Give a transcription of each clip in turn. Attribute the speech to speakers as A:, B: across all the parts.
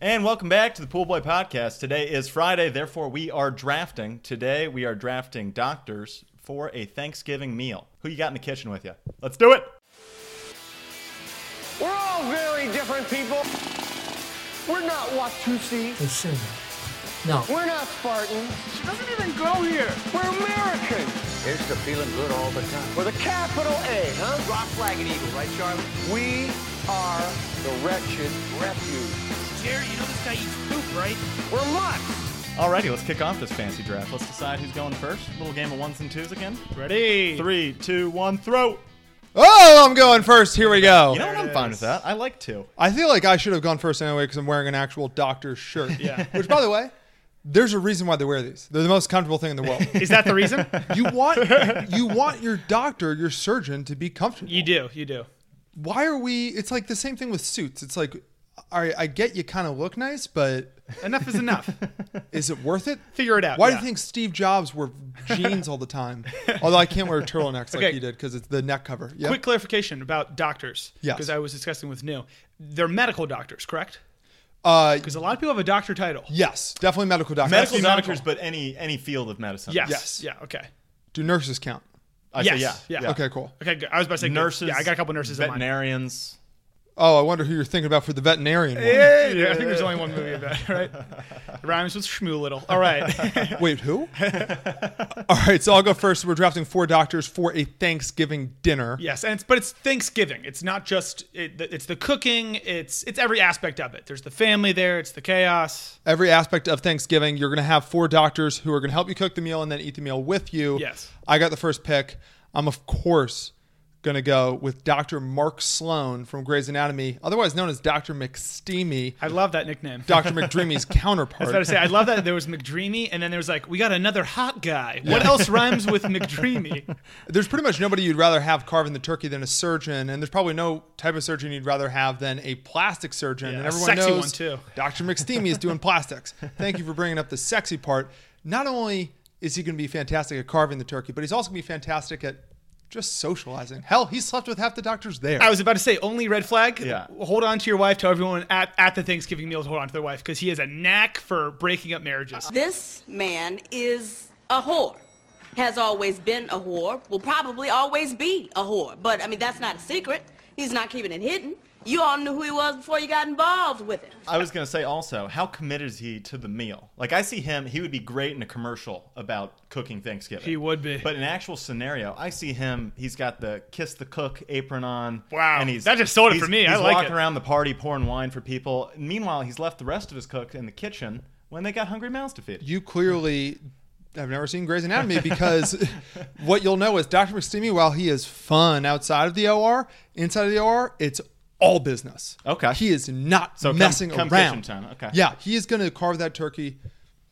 A: And welcome back to the Pool Boy Podcast. Today is Friday, therefore, we are drafting. Today, we are drafting doctors for a Thanksgiving meal. Who you got in the kitchen with you? Let's do it.
B: We're all very different people. We're not Watusi.
C: They should No.
B: We're not Spartans. She doesn't even go here. We're Americans.
D: Here's to feeling good all the time.
B: With a capital A, huh?
D: Rock, flag, and eagle, right, Charlie?
B: We are the wretched refuge.
E: Jerry, you know this guy eats poop, right?
B: We're mutts.
A: Alrighty, let's kick off this fancy draft. Let's decide who's going first. Little game of ones and twos again.
E: Ready?
A: Three, two, one, throw.
F: Oh, I'm going first. Here we go.
A: You know what? I'm fine with that. I like two.
F: I feel like I should have gone first anyway because I'm wearing an actual doctor's shirt.
E: Yeah.
F: Which, by the way, there's a reason why they wear these. They're the most comfortable thing in the world.
E: Is that the reason?
F: you want you want your doctor, your surgeon, to be comfortable.
E: you do, you do.
F: Why are we? It's like the same thing with suits. It's like, all right, I get you kind of look nice, but
E: Enough is enough.
F: is it worth it?
E: Figure it out,
F: Why do
E: yeah.
F: you think Steve Jobs wore jeans all the time? Although I can't wear turtlenecks
E: Okay.
F: like he did because it's the neck cover. Yeah.
E: Quick clarification about doctors.
F: Yes.
E: Because I was discussing with New. They're medical doctors, correct?
F: Uh,
E: Because a lot of people have a doctor title.
F: yes, definitely medical doctor.
A: Medical
E: medical.
A: doctors, but any any field of medicine.
E: Yes.
F: Yes.
E: Yeah, okay.
F: Do nurses count?
A: I
E: Yes.
A: say yeah.
E: Yeah.
F: Okay, cool.
E: Okay, good. I was about to say good.
A: Nurses.
E: Yeah, I got a couple nurses in mind.
A: Veterinarians.
F: Oh, I wonder who you're thinking about for the veterinarian one.
E: Yeah, I think there's only one movie about it, right? It rhymes with Schmoolittle. All right.
F: Wait, who? All right, so I'll go first. We're drafting four doctors for a Thanksgiving dinner.
E: yes, and it's but it's Thanksgiving. It's not just it, it's the cooking. It's it's every aspect of it. There's the family there. It's the chaos.
F: Every aspect of Thanksgiving, you're going to have four doctors who are going to help you cook the meal and then eat the meal with you.
E: Yes.
F: I got the first pick. I'm, of course, going to go with Dr. Mark Sloan from Grey's Anatomy, otherwise known as Dr. McSteamy,
E: I love that nickname.
F: Dr. McDreamy's counterpart.
E: I was about to say, I love that there was McDreamy, and then there was like, we got another hot guy. What else rhymes with McDreamy?
F: There's pretty much nobody you'd rather have carving the turkey than a surgeon, and there's probably no type of surgeon you'd rather have than a plastic surgeon. and
E: a
F: everyone
E: sexy
F: knows
E: one, too.
F: Dr. McSteamy is doing plastics. Thank you for bringing up the sexy part. Not only is he going to be fantastic at carving the turkey, but he's also going to be fantastic at just socializing. Hell, he slept with half the doctors there.
E: I was about to say, only red flag.
A: Yeah.
E: Hold on to your wife. Tell everyone at, at the Thanksgiving meal to hold on to their wife because he has a knack for breaking up marriages.
G: This man is a whore. Has always been a whore, will probably always be a whore. But I mean, that's not a secret. He's not keeping it hidden. You all knew who he was before you got involved with him.
A: I was gonna say also, how committed is he to the meal? Like I see him, he would be great in a commercial about cooking Thanksgiving.
E: He would be.
A: But in actual scenario, I see him. He's got the kiss the cook apron on.
E: Wow.
A: and he's
E: That just sold it
A: he's-
E: for me. I
A: He's
E: like
A: walking
E: it.
A: around the party pouring wine for people. Meanwhile, he's left the rest of his cook in the kitchen when they got hungry mouths to feed.
F: you clearly have never seen Grey's Anatomy because what you'll know is Dr. McSteamy, while he is fun outside of the OR, inside of the OR, it's all business.
A: Okay.
F: He is not
A: So come-
F: messing
A: come kitchen
F: around.
A: time, okay.
F: Yeah, he is going to carve that turkey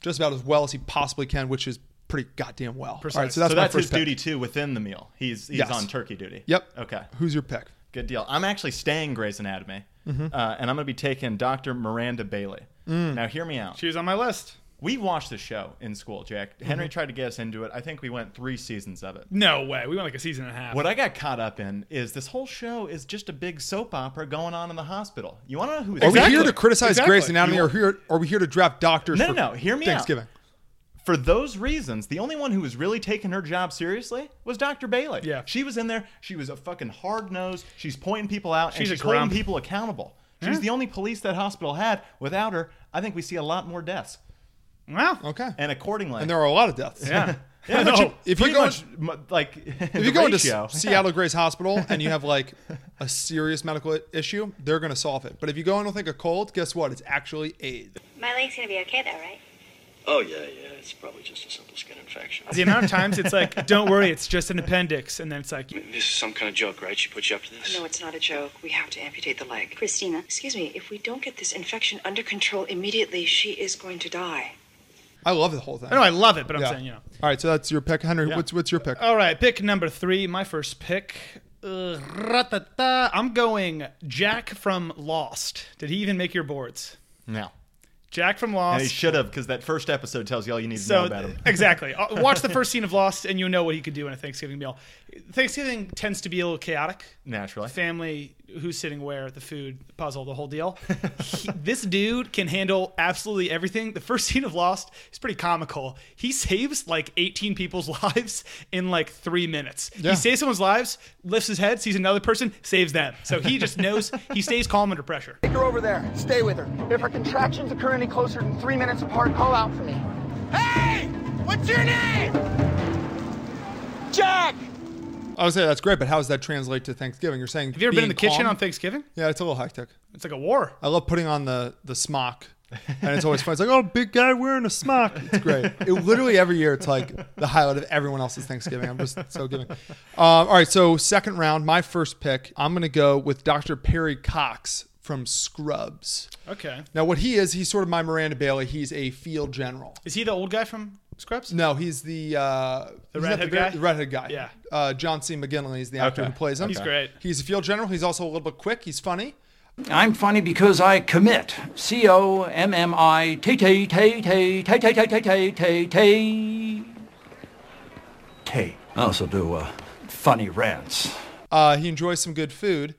F: just about as well as he possibly can, which is pretty goddamn well. All right, so that's,
A: so
F: my
A: that's
F: first
A: his
F: pick.
A: duty too within the meal. He's he's
F: Yes.
A: on turkey duty.
F: Yep.
A: Okay.
F: Who's your pick?
A: Good deal. I'm actually staying Grey's Anatomy,
F: Mm-hmm.
A: uh, and I'm going to be taking Dr. Miranda Bailey.
F: Mm.
A: Now, hear me out.
E: She was on my list.
A: We watched the show in school, Jack. Henry tried to get us into it. I think we went three seasons of it.
E: No way. We went like a season and a half.
A: What I got caught up in is this whole show is just a big soap opera going on in the hospital. You want to know who?
F: Are
E: Exactly.
F: we here to criticize
E: Exactly.
F: Grey's Anatomy
E: You-
F: or here, are we here to draft doctors
A: No,
F: for
A: no, no. Hear me out.
F: Thanksgiving?
A: For those reasons, the only one who was really taking her job seriously was Dr. Bailey.
E: Yeah.
A: she was in there. She was a fucking hard nose. She's pointing people out.
E: She's a
A: and she's holding
E: grump.
A: people accountable. She's the only police that hospital had. Without her, I think we see a lot more deaths.
E: wow.
F: Okay. And,
A: And accordingly,
F: there are a lot of deaths.
E: Yeah.
A: Yeah,
E: No.
A: no,
F: if you
A: pretty
F: go-
A: much, mu- like if
F: if
A: you
F: you go
A: go
F: into S- Seattle Grace Hospital and you have like a serious medical i- issue, they're going to solve it. But if you go in with like a cold, guess what? It's actually AIDS.
H: My leg's gonna be okay though, right?
D: Oh, yeah, yeah. It's probably just a simple skin infection.
E: The amount of times it's like, don't worry, it's just an appendix. And then it's like,
D: This is some kind of joke, right? She put you up to this?
I: No, it's not a joke. We have to amputate the leg.
H: Christina.
I: Excuse me, if we don't get this infection under control immediately, she is going to die.
F: I love the whole thing.
E: I know I love it, but I'm saying, Um, you know.
F: All right, so that's your pick, Henry. What's what's your pick?
E: All right, pick number three, my first pick. Uh, ra-ta-ta. I'm going Jack from Lost. Did he even make your boards?
A: No.
E: Jack from
A: And he
E: Lost.
A: should have, because that first episode tells you all you need to know
E: so
A: about him.
E: exactly, Uh, watch the first scene of Lost, and you know what he could do in a Thanksgiving meal. Thanksgiving tends to be a little chaotic.
A: Naturally.
E: family who's sitting where, the food puzzle, the whole deal. He- this dude can handle absolutely everything. The first scene of Lost is pretty comical. He saves like 18 people's lives in like three minutes.
F: Yeah.
E: He saves someone's lives, lifts his head, sees another person, saves them. So he just knows he stays calm under pressure.
J: Take her over there. Stay with her. If her contractions occur any closer than three minutes apart, call out for me. Hey! What's your name? Jack!
F: I would say that's great, but how does that translate to Thanksgiving? You're saying
E: Have you ever been in the kitchen on Thanksgiving?
F: Yeah, it's a little hectic.
E: It's like a war.
F: I love putting on the the smock, and it's always fun. It's like, oh, big guy wearing a smock. It's great. It literally every year, it's like the highlight of everyone else's Thanksgiving. I'm just so giving. Um, all right, so second round, my first pick. I'm gonna go with Dr. Perry Cox from Scrubs.
E: Okay.
F: Now, what he is, he's sort of my Miranda Bailey. He's a field general.
E: Is he the old guy from Scrubs?
F: No, he's the uh, he's not
E: redhead
F: very-
E: guy?
F: The redhead guy.
E: Yeah.
F: Uh, John C. McGinley is the actor
A: Okay.
F: who plays him.
E: He's great.
F: He's a field general. He's also a little bit quick. He's funny.
J: I'm funny because I commit. C O M M I T T T T T T T T T T T. T. I also do uh, funny rants.
F: Uh, he enjoys some good food,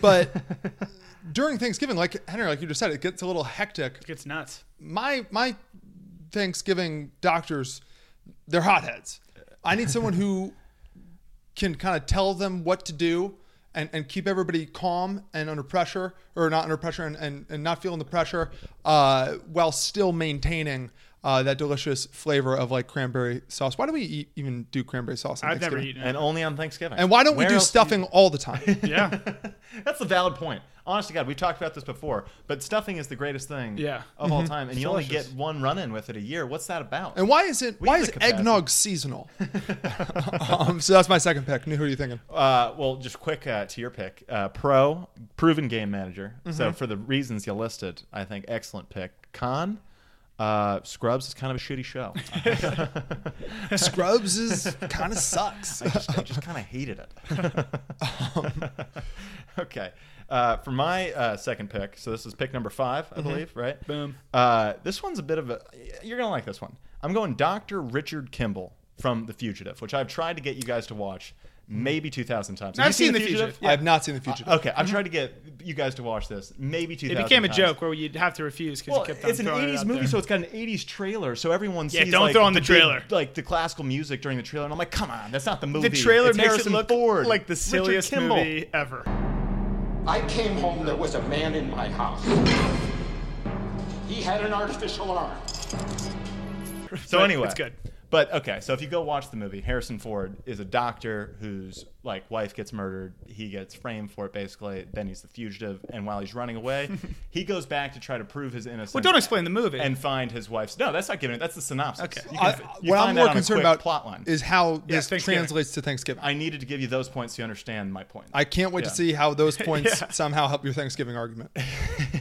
F: but during Thanksgiving, like Henry, like you just said, it gets a little hectic.
E: It's nuts.
F: My my Thanksgiving doctors, they're hotheads. I need someone who can kind of tell them what to do and, and keep everybody calm and under pressure or not under pressure and, and, and not feeling the pressure uh, while still maintaining uh, that delicious flavor of like cranberry sauce. Why do we e- even do cranberry sauce? on
E: I've never
F: Thanksgiving?
E: eaten it.
A: and only on Thanksgiving.
F: And why don't
A: Where
F: we do
A: else
F: stuffing all the time?
E: Yeah.
A: That's a valid point. Honest to God, we've talked about this before, but stuffing is the greatest thing
E: Yeah. Mm-hmm.
A: of all time, and you only get
E: delicious.
A: one run in with it a year. What's that about?
F: And why is it?
A: We
F: why
A: have
F: is
A: the capacity.
F: eggnog seasonal? um, so that's my second pick. Who are you thinking?
A: Uh, well, just quick uh, to your pick, uh, pro proven game manager.
E: Mm-hmm.
A: So for the reasons you listed, I think excellent pick. Con, uh, Scrubs is kind of a shitty show. I
F: Scrubs is kind of sucks.
A: just, I just kind of hated it. Um, okay, uh, for my uh, second pick, so this is pick number five, I believe, right?
E: Boom.
A: Uh, this one's a bit of a. You're gonna like this one. I'm going Doctor Richard Kimball from The Fugitive, which I've tried to get you guys to watch maybe 2,000 times. Have
E: I've
A: you
E: seen The Fugitive.
F: I have not seen the future.
A: Uh, Okay, I've tried to get you guys to watch this. Maybe 2000
E: Mm-hmm. It became a
A: times.
E: joke where you'd have to refuse because
A: Well,
E: you kept on
A: it's an
E: throwing it
A: 80s
E: out
A: movie,
E: there.
A: so it's got an 80s trailer. So everyone
E: Yeah,
A: sees
E: don't
A: like,
E: throw on the
A: big-
E: trailer.
A: like the classical music during the trailer, and I'm like, come on, that's not the movie.
E: the trailer
A: It's
E: makes
A: Harrison
E: it look
A: Ford,
E: like the
A: Richard
E: silliest
A: Kimball.
E: movie ever.
J: I came home, there was a man in my house. He had an artificial arm.
A: So
E: But
A: anyway,
E: it's good.
A: But okay, so if you go watch the movie, Harrison Ford is a doctor whose like wife gets murdered. He gets framed for it, basically. Then he's the fugitive, and while he's running away, he goes back to try to prove his innocence.
E: Well, don't explain the movie.
A: and find his wife's. No, that's not giving it. That's the synopsis.
E: Okay.
A: You
F: I,
A: can- you
F: what
A: find
F: I'm
A: that
F: more
A: on a
F: concerned
A: quick
F: about
A: plot line.
F: is how this
E: Thanksgiving.
F: translates to Thanksgiving. I,
A: I needed to give you those points to understand my point.
F: can't wait
A: Yeah.
F: to see how those points somehow help your Thanksgiving argument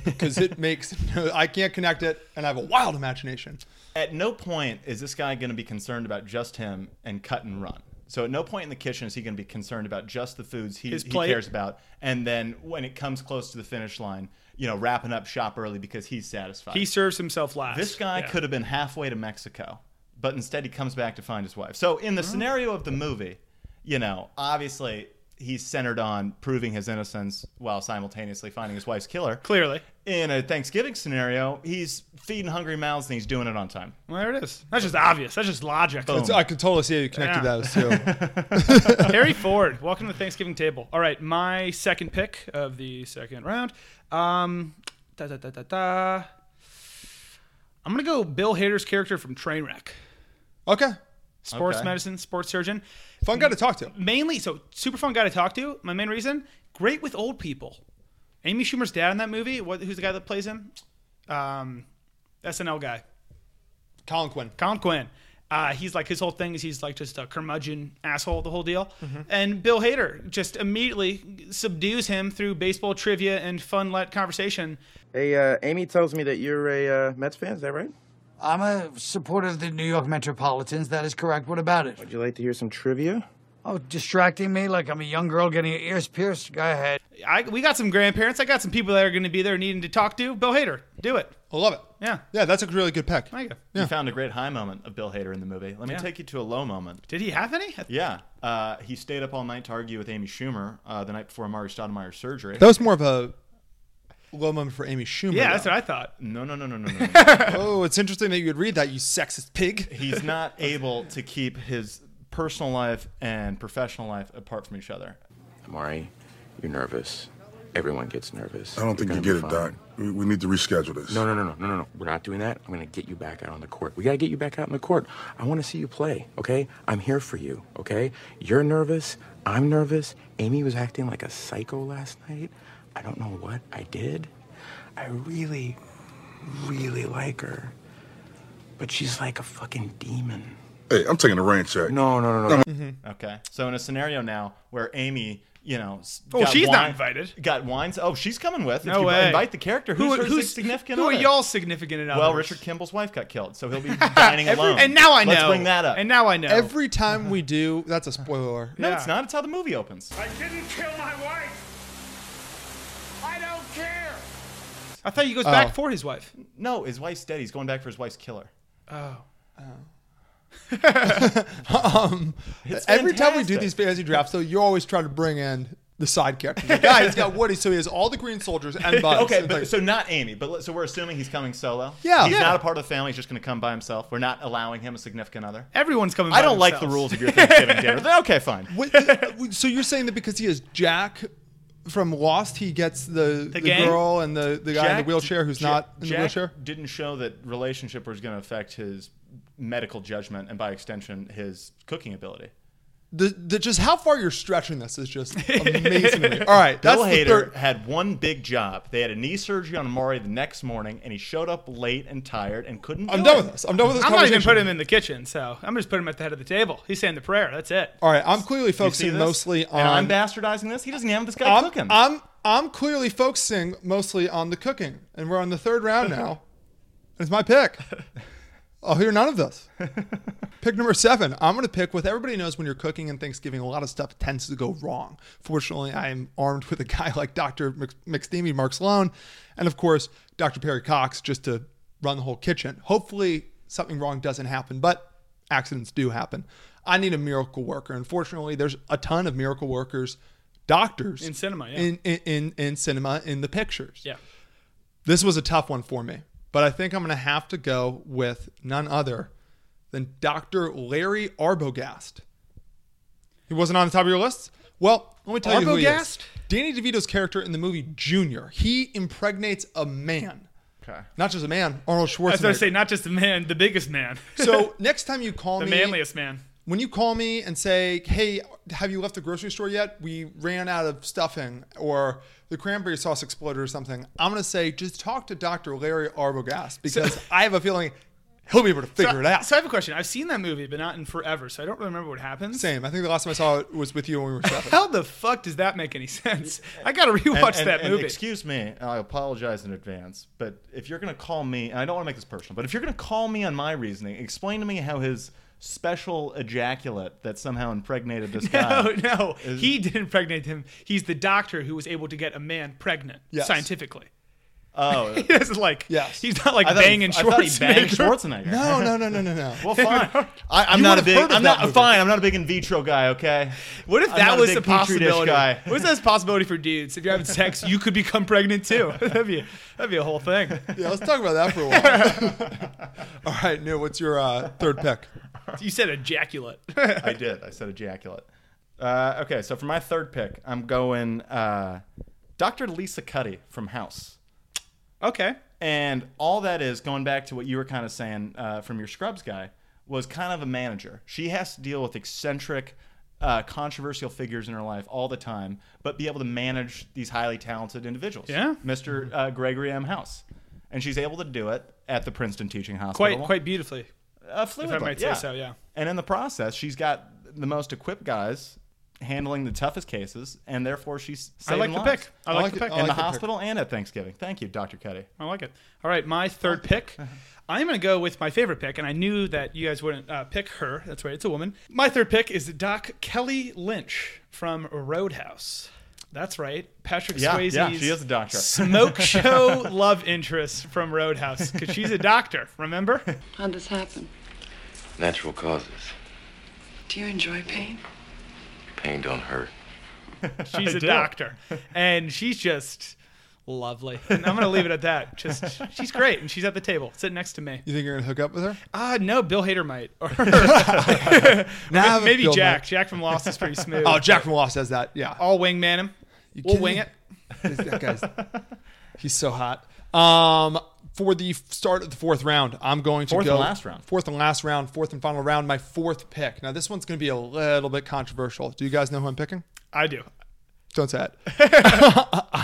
F: because it makes no, I can't connect it, and I have a wild imagination.
A: at no point is this guy going to be concerned about just him and cut and run. So at no point in the kitchen is he going to be concerned about just the foods he,
E: His
A: he
E: plate.
A: cares about. And then when it comes close to the finish line, you know, wrapping up shop early because he's satisfied.
E: He serves himself last.
A: this guy
E: Yeah.
A: could have been halfway to Mexico, but instead he comes back to find his wife. So in the
E: Mm-hmm.
A: scenario of the movie, you know, obviously he's centered on proving his innocence while simultaneously finding his wife's killer.
E: clearly.
A: In a Thanksgiving scenario, he's feeding hungry mouths and he's doing it on time.
E: Well, there it is. That's just obvious. That's just logic.
F: So I could totally see how you connected
E: Yeah.
F: those two.
E: Harry Ford, welcome to the Thanksgiving table. All right, my second pick of the second round. Um, da, da, da, da, da. I'm gonna go Bill Hader's character from Trainwreck,
F: Okay,
E: sports
A: Okay.
E: medicine, sports surgeon.
F: fun guy to talk to.
E: mainly so super fun guy to talk to. My main reason, great with old people. Amy Schumer's dad in that movie. What? Who's the guy that plays him? Um, SNL guy,
F: Colin Quinn.
E: Colin Quinn. Uh, he's like his whole thing is he's like just a curmudgeon asshole, the whole deal. And Bill Hader just immediately subdues him through baseball trivia and fun let conversation.
J: Hey, uh, Amy tells me that you're a uh, Mets fan. Is that right?
C: I'm a supporter of the New York Metropolitans. That is correct. What about it?
J: Would you like to hear some trivia?
C: Oh, distracting me like I'm a young girl getting her ears pierced? Go ahead.
E: I, we got some grandparents. I got some people that are going to be there needing to talk to. Bill Hader, do it.
F: I love it.
E: Yeah.
F: Yeah, that's a really good pick.
E: There you go.
A: You found a great high moment of Bill Hader in the movie. Let me
E: Yeah.
A: take you to a low moment.
E: Did he have any?
A: Yeah. Uh, he stayed up all night to argue with Amy Schumer uh, the night before Amari Stoudemire's surgery.
F: That was more of a low moment for Amy Schumer.
E: Yeah, that's
F: though.
E: what I thought.
A: No, no, no, no, no, no, no.
F: Oh, it's interesting that you would read that, you sexist pig.
A: He's not able to keep his personal life and professional life apart from each other.
D: Amari, you're nervous. Everyone gets nervous.
K: I don't think you get it, Doc. We, we need to reschedule this.
D: No, no, no, no, no, no, no. We're not doing that. I'm going to get you back out on the court. We got to get you back out on the court. I want to see you play, okay? I'm here for you, okay? You're nervous. I'm nervous. Amy was acting like a psycho last night. I don't know what I did. I really, really like her. But she's like a fucking demon.
K: Hey, I'm taking a rain check.
D: No, no, no, no. no.
A: Okay. So in a scenario now where Amy, you know, s-
E: Oh,
A: got
E: she's not
A: wine-
E: invited.
A: Got wines. Oh, she's coming with. if
E: No
A: you
E: way.
A: Invite the character. Who's her significant?
E: Who
A: other?
E: are y'all significant enough?
A: Well, Richard Kimball's wife got killed, so he'll be dining alone.
E: And now I know.
A: Let's bring that up.
E: And now I know.
F: Every time we do, that's a spoiler.
A: no,
E: Yeah.
A: it's not. It's how the movie opens.
B: I didn't kill my wife. I don't care.
E: I thought he goes back
F: Oh.
E: for his wife.
A: No, his wife's dead. He's going back for his wife's killer. Oh.
F: Every time we do
A: fantastic.
F: these fantasy drafts, though, you always try to bring in the side character. The guy, he's got Woody, so he has all the green soldiers and Bugs.
A: Okay,
F: It's
A: but,
F: like-
A: so not Amy, but let- so we're assuming he's coming solo.
F: Yeah.
A: he's
F: Yeah.
A: not a part of the family. He's just going to come by himself. We're not allowing him a significant other.
E: Everyone's coming.
A: I
E: by
A: don't like the
E: themselves.
A: rules of your Thanksgiving dinner. They're- Okay, fine.
F: Wait, th- so you're saying that because he is Jack from Lost, he gets the, the,
E: gang?
F: girl and the, the guy in the wheelchair who's
A: Ja-
F: not in
A: Jack
F: the wheelchair?
A: Didn't show that relationship was going to affect his medical judgment and, by extension, his cooking ability.
F: The, the, just how far you're stretching this is just amazing to me. All right, that's
A: Bill
F: the
A: Hader
F: third.
A: had one big job. They had a knee surgery on Amari the next morning, and he showed up late and tired and couldn't.
F: I'm
A: do
F: done
A: it.
F: with this. I'm done with this
E: I'm not
F: conversation.
E: even putting him in the kitchen, so I'm just putting him at the head of the table. He's saying the prayer. That's it.
A: Oh,
F: All right, I'm clearly
A: You see
F: focusing
A: this?
F: mostly on.
A: And I'm bastardizing this. He doesn't have this guy
F: I'm,
A: cooking.
F: I'm I'm clearly focusing mostly on the cooking, and we're on the third round now. it's my pick. I'll hear Oh, none of this. Pick number seven. I'm going to pick with everybody knows when you're cooking and Thanksgiving, a lot of stuff tends to go wrong. Fortunately, I am armed with a guy like Dr. Mc- McSteamy, Mark Sloan, and of course, Dr. Perry Cox just to run the whole kitchen. Hopefully, something wrong doesn't happen, but accidents do happen. I need a miracle worker. Unfortunately, there's a ton of miracle workers, doctors
E: In cinema, yeah.
F: in, in, in, in cinema, in the pictures.
E: Yeah.
F: This was a tough one for me, but I think I'm going to have to go with none other than Dr. Larry Arbogast. He wasn't on the top of your list? Well, let me tell you who he is.
E: Arbogast?
F: Danny DeVito's character in the movie Junior. He impregnates a man.
A: Okay.
F: Not just a man, Arnold
E: I was going to say
F: Schwarzenegger.
E: not just the man, the biggest man,
F: so next time you call
E: the
F: me,
E: manliest man.
F: when you call me and say, "Hey, have you left the grocery store yet? We ran out of stuffing, or the cranberry sauce exploded, or something," I'm gonna say, "Just talk to Dr. Larry Arbogast because I have a feeling he'll be able to figure
E: So,
F: it out."
E: so I have a question. I've seen that movie, but not in forever, so I don't really remember what happens.
F: Same. I think the last time I saw it was with you when we were shopping.
E: How the fuck does that make any sense? I got to
A: And-
E: rewatch
A: and-
E: that
A: and
E: movie.
A: excuse me, I apologize in advance, but if you're going to call me, and I don't want to make this personal, but if you're going to call me on my reasoning, explain to me how his special ejaculate that somehow impregnated this guy.
E: No, no, he didn't impregnate him. He's the doctor who was able to get a man pregnant
F: Yes.
E: scientifically.
A: Oh,
E: He doesn't like.
F: Yes.
E: He's not like
A: I thought he-
E: banging
A: I thought he
E: Schwarzenegger.
A: banged Schwarzenegger.
F: No, no, no, no, no, no.
A: Well, fine. I, I'm
F: You
A: not a
F: would've
A: big.
F: heard of
A: I'm
F: that
A: not
F: movie.
A: fine. I'm not a big in vitro guy. Okay.
E: What if
A: I'm
E: that
A: not
E: was
A: a
E: a,
A: big Petri dish
E: possibility?
A: guy.
E: What if that's a possibility for dudes? If you're having sex, you could become pregnant too. that'd be that'd be a whole thing.
F: Yeah, let's talk about that for a while. All right, Neil, what's your uh, third pick?
E: You said ejaculate.
A: I did. I said ejaculate. Uh, okay, so for my third pick, I'm going uh, Dr. Lisa Cuddy from House.
E: okay.
A: And all that is going back to what you were kind of saying uh, from your Scrubs guy was kind of a manager. She has to deal with eccentric, uh, controversial figures in her life all the time, but be able to manage these highly talented individuals.
E: Yeah.
A: Mr. Uh, Gregory M. House, and she's able to do it at the Princeton Teaching Hospital.
E: Quite quite beautifully.
A: uh, fluidly.
E: If I might say
A: yeah.
E: so, yeah.
A: And in the process, she's got the most equipped guys handling the toughest cases, and therefore she's
E: I
A: saving
E: like the
A: lives.
E: pick. I like,
F: like
E: the
F: it.
E: pick.
F: I
A: in
F: like
A: the
F: the pick.
A: hospital and at Thanksgiving. Thank you, Dr. Cuddy.
E: I like it. All right, my third pick. I'm going to go with my favorite pick, and I knew that you guys wouldn't uh, pick her. That's right, it's a woman. My third pick is Doc Kelly Lynch from Roadhouse. That's right. Patrick
A: Yeah,
E: Swayze's
A: yeah, she is a doctor.
E: smoke show love interest from Roadhouse because she's a doctor. Remember?
L: How'd this happen?
M: Natural causes.
L: Do you enjoy pain?
M: Pain don't hurt.
E: She's
M: I
E: a
M: do.
E: doctor, and she's just lovely. And I'm gonna leave it at that. Just she's great, and she's at the table sitting next to me.
F: You think you're gonna hook up with her?
E: Ah, no, Bill Hader might, or
F: Nah,
E: maybe
F: Bill
E: Jack.
F: might.
E: Jack from Lost is pretty smooth.
F: Oh, Jack from Lost has that. Yeah.
E: I'll wingman him. we'll
F: kidding
E: wing
F: me?
E: it.
F: that guy's he's so hot. Um, for the f- start of the fourth round, I'm going to
A: Fourth
F: go
A: and last round.
F: fourth and last round, fourth and final round. My fourth pick. Now this one's going to be a little bit controversial. Do you guys know who I'm picking?
E: I do.
F: Don't say it.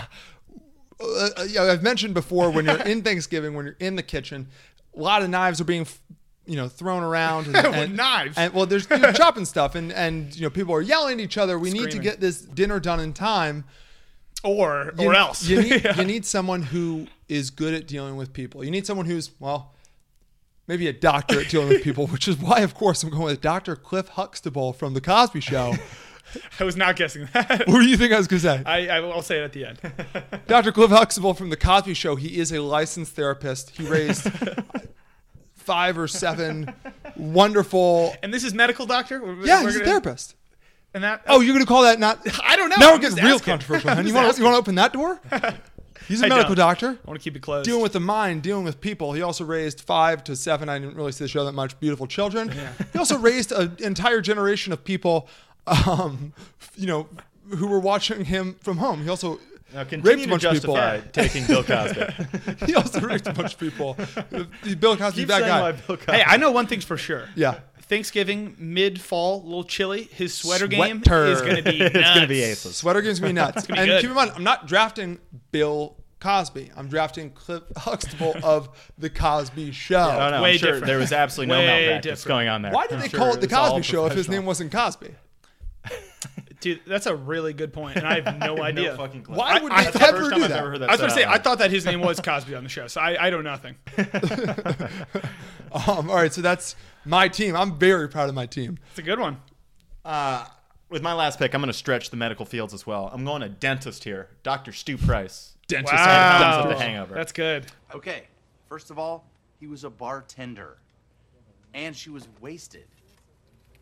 F: Uh, uh, yeah, I've mentioned before when you're in Thanksgiving, when you're in the kitchen, a lot of knives are being, you know, thrown around. And,
E: Well,
F: and-
E: knives.
F: And well, there's you're chopping stuff, and and you know, people are yelling at each other. We need to
E: Screaming.
F: get this dinner done in time.
E: Or
F: You-
E: or else.
F: you need
E: Yeah.
F: you need someone who is good at dealing with people. You need someone who's well, maybe a doctor at dealing with people, which is why, of course, I'm going with Doctor Cliff Huxtable from The Cosby Show.
E: I was not guessing that.
F: Who do you think I was going to say?
E: I, I will say it at the end.
F: Dr. Cliff Huxtable from The Cosby Show. He is a licensed therapist. He raised five or seven wonderful.
E: And this is medical doctor. We're-
F: Yeah,
E: we're
F: he's a
E: gonna-
F: therapist.
E: And that.
F: Oh, you're going to call that not?
E: I don't know.
F: Now
E: I'm
F: it gets
E: just
F: real
E: asking.
F: controversial.
E: I'm
F: man. You
E: just
F: want to
E: asking.
F: want to open that door? He's a
E: I
F: medical
E: don't.
F: doctor.
E: I want to keep it closed.
F: Dealing with the mind, dealing with people. He also raised five to seven. I didn't really see the show that much. Beautiful children. He also raised an entire generation of people, um, you know, who were watching him from home. He also
A: Now
F: raped
A: continue
F: a
A: to
F: bunch of people.
A: justify taking Bill Cosby.
F: he also raped a bunch of people. The Bill Cosby
A: Keep
F: bad
A: saying
F: guy.
A: why Bill Cosby-
E: Hey, I know one thing's for sure.
F: Yeah.
E: Thanksgiving, mid fall, a little chilly. His sweater game
F: Sweater.
E: is going to be nuts.
A: It's gonna be aces.
F: Sweater game's gonna be nuts.
E: gonna be
F: and
E: good.
F: keep in mind, I'm not drafting Bill Cosby. I'm drafting Cliff Huxtable of the Cosby Show.
A: Oh, no, I'm
E: Way
A: sure
E: different.
A: There was absolutely no
E: Way
A: malpractice
E: different.
A: going on there.
F: Why did
A: I'm
F: they
A: sure
F: call it the
A: was all
F: Cosby Show if his
A: professional.
F: name wasn't Cosby?
E: Dude, that's a really good point, and I have no idea.
A: fucking clue.
F: Why
A: I-
F: would
A: I-
F: they
A: that's the
F: ever
A: first
F: do
A: time I've
F: that?
A: ever heard that
E: I was going to
A: said
E: say,
A: out
E: I
A: loud.
E: thought that his name was Cosby on the show, so I, I know nothing.
F: Um, all right, so that's my team. I'm very proud of my team.
E: It's a good one.
A: With my last pick, I'm going to stretch the medical fields as well. I'm going to dentist here, Doctor Stu Price.
F: Dentist.
A: Comes
E: Wow.
A: up the hangover.
E: That's good.
N: Okay, first of all, he was a bartender. And she was wasted.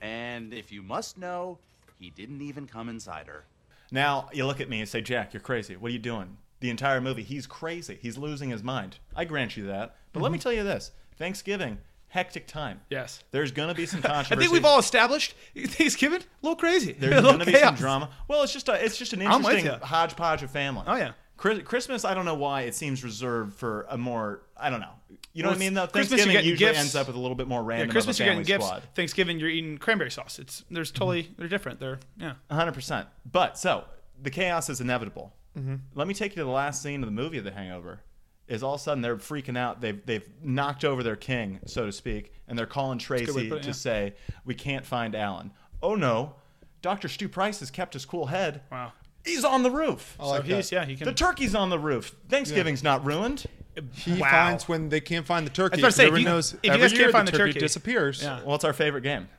N: And if you must know, he didn't even come inside her.
A: Now you look at me and say, Jack, you're crazy. What are you doing? The entire movie, he's crazy. He's losing his mind. I grant you that. But let me tell you this: Thanksgiving, hectic time.
E: Mhm. Yes.
A: There's going to be some
E: I
A: controversy.
E: think we've all established Thanksgiving, a little crazy.
A: There's
E: a little
A: going to be some
E: chaos.
A: drama. Well, it's just a, it's just an
E: I'm with
A: interesting
E: ya.
A: hodgepodge of family.
E: Oh, yeah.
A: Chris- Christmas, I don't know why it seems reserved for a more I don't know. You know
E: Well,
A: what I mean? Though
E: Christmas, you're
A: Thanksgiving
E: getting
A: usually
E: gifts.
A: ends up with a little bit more
E: Yeah,
A: random
E: Christmas
A: of
E: you're
A: a family
E: getting gifts.
A: squad.
E: Thanksgiving you're eating cranberry sauce. It's there's totally they're different. They're yeah.
A: hundred percent. But so the chaos is inevitable. Mm-hmm. Let me take you to the last scene of the movie of The Hangover. Is all of a sudden they're freaking out. They've they've knocked over their king, so to speak, and they're calling
E: good way
A: Tracy
E: to put it,
A: to
E: yeah.
A: say we can't find Alan. Oh no, Doctor Stu Price has kept his cool head.
E: Wow.
A: He's on the roof.
F: I like
E: so he's
F: that.
E: yeah he can.
A: The turkey's on the roof. Thanksgiving's not ruined.
F: He finds when they can't find the turkey.
E: I was about to say, if
F: everyone
E: you-
F: knows
E: if you
F: every
E: guys can't
F: year
E: find
F: the
E: the
F: turkey,
E: turkey-
F: disappears.
E: Yeah.
A: Well, it's our favorite game.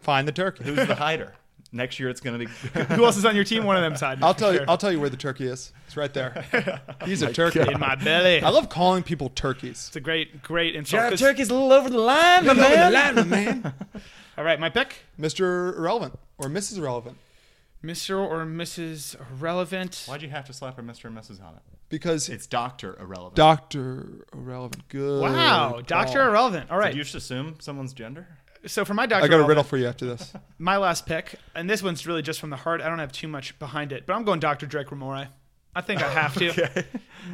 F: Find the turkey.
A: Who's the hider? Next year it's going to be.
E: Who else is on your team? One of them side.
F: I'll tell you. I'll tell you where the turkey is. It's right there. He's a turkey.
E: in my belly.
F: I love calling people turkeys.
E: It's a great, great insult. 'cause-
A: a little over the line, my
E: All right, my pick,
F: Mr. Irrelevant or Mrs. Irrelevant.
E: Mr. or Mrs. Relevant.
A: Why'd you have to slap her Mr. and Mrs. on it?
F: Because
A: It's Doctor Irrelevant.
F: Doctor Irrelevant. Good.
E: Wow, Doctor
F: call.
E: Irrelevant. All right,
A: Did you just assume someone's gender?
E: so for my Doctor,
F: I got a riddle
E: Irrelevant,
F: for you after this.
E: My last pick, and this one's really just from the heart. I don't have too much behind it, but I'm going Doctor Drake Ramore. I think I have to.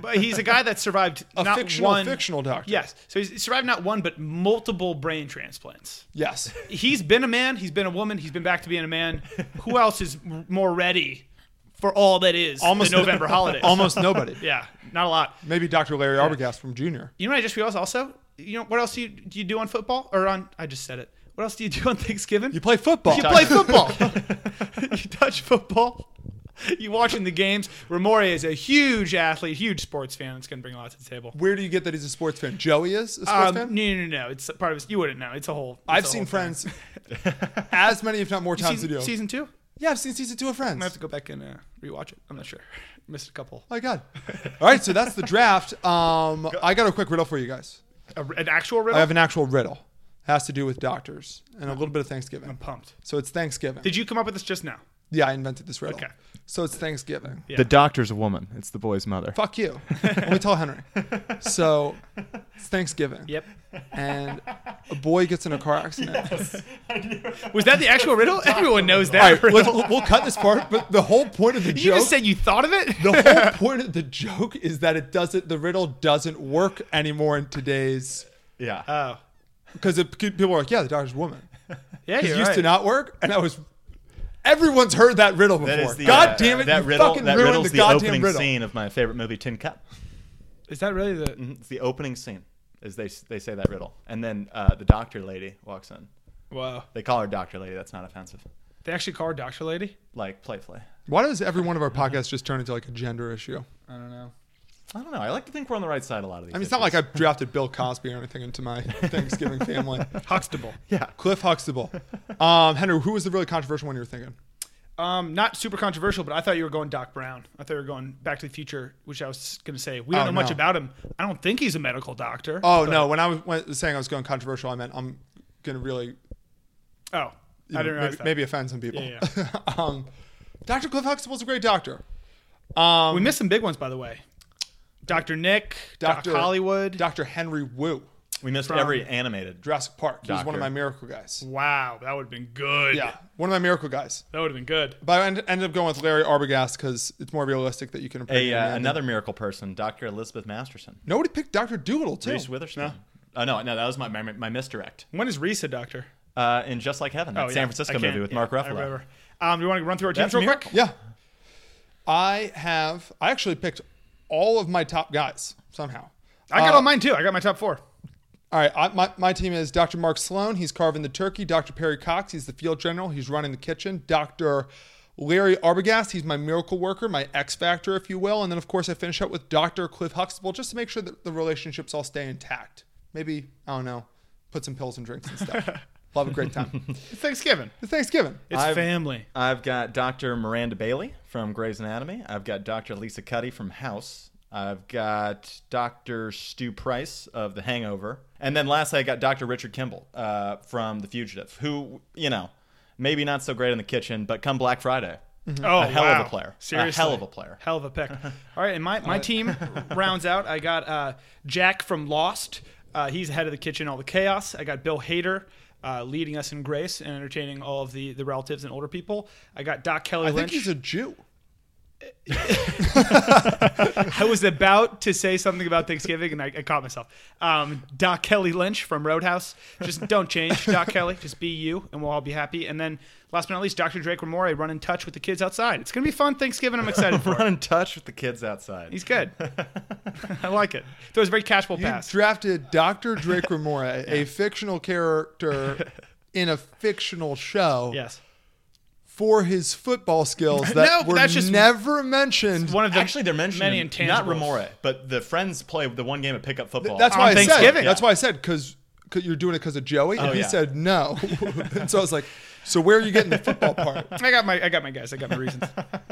E: But he's a guy that survived
F: A
E: not
F: fictional
E: one
F: fictional doctor.
E: Yes, so he's he survived not one but multiple brain transplants.
F: Yes.
E: He's been a man. He's been a woman. He's been back to being a man. Who else is m- more ready for all that is almost the November holidays?
F: Almost nobody.
E: Yeah, not a lot.
F: Maybe Dr. Larry Arbogast from Junior.
E: You know what I just realized also? You know what else do you, do you do on football or on? I just said it. What else do you do on Thanksgiving?
F: You play football.
E: You play football. you touch football. You watching the games. Ramore is a huge athlete, huge sports fan. It's going to bring a lot to the table.
F: Where do you get that he's a sports fan? Joey is a sports
E: Um, no,
F: fan.
E: no, no, no. It's part of his. You wouldn't know. It's a whole. it's
F: I've
E: a
F: seen
E: whole thing.
F: Friends as many, if not more times
E: Season,
F: than you.
E: season two.
F: Yeah, I've seen season two of Friends.
E: I have to go back and uh, rewatch it. I'm not sure. Missed a couple.
F: My God. All right, so that's the draft. Um, I got a quick riddle for you guys.
E: A, an actual riddle.
F: I have an actual riddle. Has to do with doctors and a little bit of Thanksgiving. I'm
E: pumped.
F: So it's Thanksgiving.
E: Did you come up with this just now?
F: Yeah, I invented this riddle.
E: Okay.
F: So it's Thanksgiving.
A: The doctor's a woman. It's the boy's mother.
F: Fuck you. Let me tell Henry. So it's Thanksgiving.
E: Yep.
F: And a boy gets in a car accident.
E: Was that the actual riddle? Everyone knows
F: All
E: that.
F: right,
E: riddle.
F: let's- we'll cut this part, but the whole point of the
E: You
F: joke.
E: just said you thought of it.
F: the whole point of the joke is that it doesn't. The riddle doesn't work anymore in today's.
A: Yeah.
E: Oh.
F: Because people are like, yeah, the doctor's a woman.
E: Yeah,
F: It
E: you're
F: used to
E: right.
F: not work, and I was. Everyone's heard that riddle before.
A: That is the
F: God
A: uh,
F: damn it!
A: That
F: you
A: riddle.
F: fucking
A: That
F: ruined
A: riddle's
F: the
A: the,
F: goddamn
A: opening
F: riddle.
A: scene of my favorite movie, Tin Cup.
E: Is that really the? mm,
A: It's the opening scene. Is they they say that riddle, and then uh, the doctor lady walks in.
E: Wow.
A: They call her doctor lady. That's not offensive.
E: They actually call her Doctor Lady.
A: Like playfully.
F: Why does every one of our podcasts just turn into like a gender issue?
E: I don't know.
A: I don't know. I like to think we're on the right side a lot of these.
F: I mean, it's not like I drafted Bill Cosby or anything into my Thanksgiving family.
E: Huxtable.
F: Yeah. Cliff Huxtable. Um, Henry, who was the really controversial one you were thinking?
E: Um, not super controversial, but I thought you were going Doc Brown. I thought you were going Back to the Future, which I was going to say we don't
F: Oh,
E: know much
F: no.
E: about him. I don't think he's a medical doctor.
F: Oh,
E: but-
F: no. When I was when, saying I was going controversial, I meant I'm going to really.
E: Oh, I
F: you
E: didn't realize
F: maybe,
E: that.
F: maybe offend some people.
E: Yeah,
F: um, Dr. Cliff Huxtable's a great doctor. Um,
E: we missed some big ones, by the way. Doctor Nick, Doctor
F: Dr.
E: Hollywood.
F: Dr. Henry Wu,
A: we missed
E: from-
A: every animated.
F: Jurassic Park. He was one
A: Doctor.
F: of my miracle guys.
E: Wow, that would have been good.
F: Yeah. One of my miracle guys.
E: that would have been good.
F: But I end- ended up going with Larry Arbogast because it's more realistic that you can improve.
A: A
F: your
A: uh,
F: man than-
A: another miracle person, Doctor Elizabeth Masterson.
F: Nobody picked Dr. Doolittle, too.
A: Reese Witherspoon. Oh no, no, that was my my, my misdirect.
E: When is Reese a doctor? Oh,
A: Uh, in Just Like Heaven, that
E: yeah.
A: San
E: I
A: Francisco
E: can't-
A: movie with
E: yeah,
A: Mark
E: I
A: Ruffalo.
E: remember. Um, do you want to run through our teams
A: That's
E: real
A: miracle.
E: quick?
F: Yeah. I have I actually picked all of my top guys somehow.
E: I got
F: Uh,
E: all mine too. I got my top four.
F: All right, I, my, my team is Dr. Mark Sloan. He's carving the turkey. Dr. Perry Cox. He's the field general. He's running the kitchen. Dr. Larry Arbogast. He's my miracle worker, my X factor, if you will. And then, of course, I finish up with Dr. Cliff Huxtable just to make sure that the relationships all stay intact. Maybe, I don't know, put some pills and drinks and stuff. We'll have a great time.
E: It's Thanksgiving.
F: It's Thanksgiving.
E: It's
A: I've-
E: family.
A: I've got Dr. Miranda Bailey from Grey's Anatomy. I've got Dr. Lisa Cuddy from House. I've got Dr. Stu Price of The Hangover. And then lastly, I got Dr. Richard Kimball uh, from The Fugitive, who, you know, maybe not so great in the kitchen, but come Black Friday.
E: Oh,
A: a hell
E: wow.
A: of a player.
E: Seriously.
A: A hell of a player. Uh-huh.
E: Hell of a pick. All right, and my, my team rounds out. I got uh, Jack from Lost. Uh, he's the head of the kitchen, all the chaos. I got Bill Hader. Uh, leading us in grace and entertaining all of the, the relatives and older people. I got Doc Kelly
F: I think
E: Lynch.
F: he's a Jew.
E: I was about to say something about Thanksgiving and I, I caught myself. Um, Doc Kelly Lynch from Roadhouse. Just don't change, Doc Kelly. Just be you and we'll all be happy. And then last but not least, Dr. Drake Ramore, run in touch with the kids outside. It's going to be fun Thanksgiving. I'm excited for
A: Run
E: it.
A: in touch with the kids outside.
E: He's good. I like it. Throws a very casual
F: You
E: pass.
F: drafted Dr. Drake Ramora, a fictional character in a fictional show,
E: yes.
F: for his football skills that
E: No,
F: were
E: that's just-
F: never mentioned.
E: One of the
A: Actually, they're
E: many
A: mentioning not
E: intangibles.
A: Ramore, but the friends play the one game of pickup football.
F: That's why I
E: on
F: said.
E: Thanksgiving.
F: That's why I said because you're doing it because of Joey, and
A: Oh,
F: he
A: yeah.
F: said no. and so I was like, so where are you getting the football part?
E: I got my I got my guys. I got my reasons.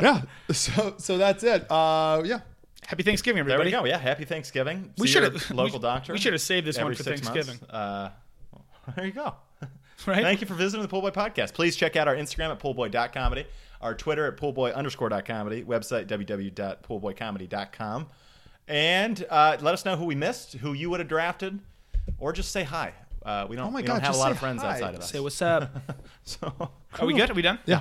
F: yeah. So so that's it. Uh, yeah.
E: Happy Thanksgiving,
A: There
E: everybody.
A: we go. Yeah, happy Thanksgiving.
E: We
A: See
E: shoulda-
A: your
E: we-
A: local doctor.
E: we shoulda saved this one
A: every
E: for
A: six months.
E: Thanksgiving.
A: Uh, there you go.
E: Right?
A: Thank you for visiting the Poolboy Podcast. Please check out our Instagram at poolboy.comedy, our Twitter at poolboy underscore dot comedy, website www.poolboycomedy.com. And uh, let us know who we missed, who you would have drafted, or just say hi. Uh,
E: Oh
A: we don't,
F: my
A: we
F: God,
A: don't have a
F: just
A: lot
F: say
A: of friends
F: hi.
A: outside of us.
E: Say what's up.
A: so,
E: Are we good? Are we done?
F: Yeah.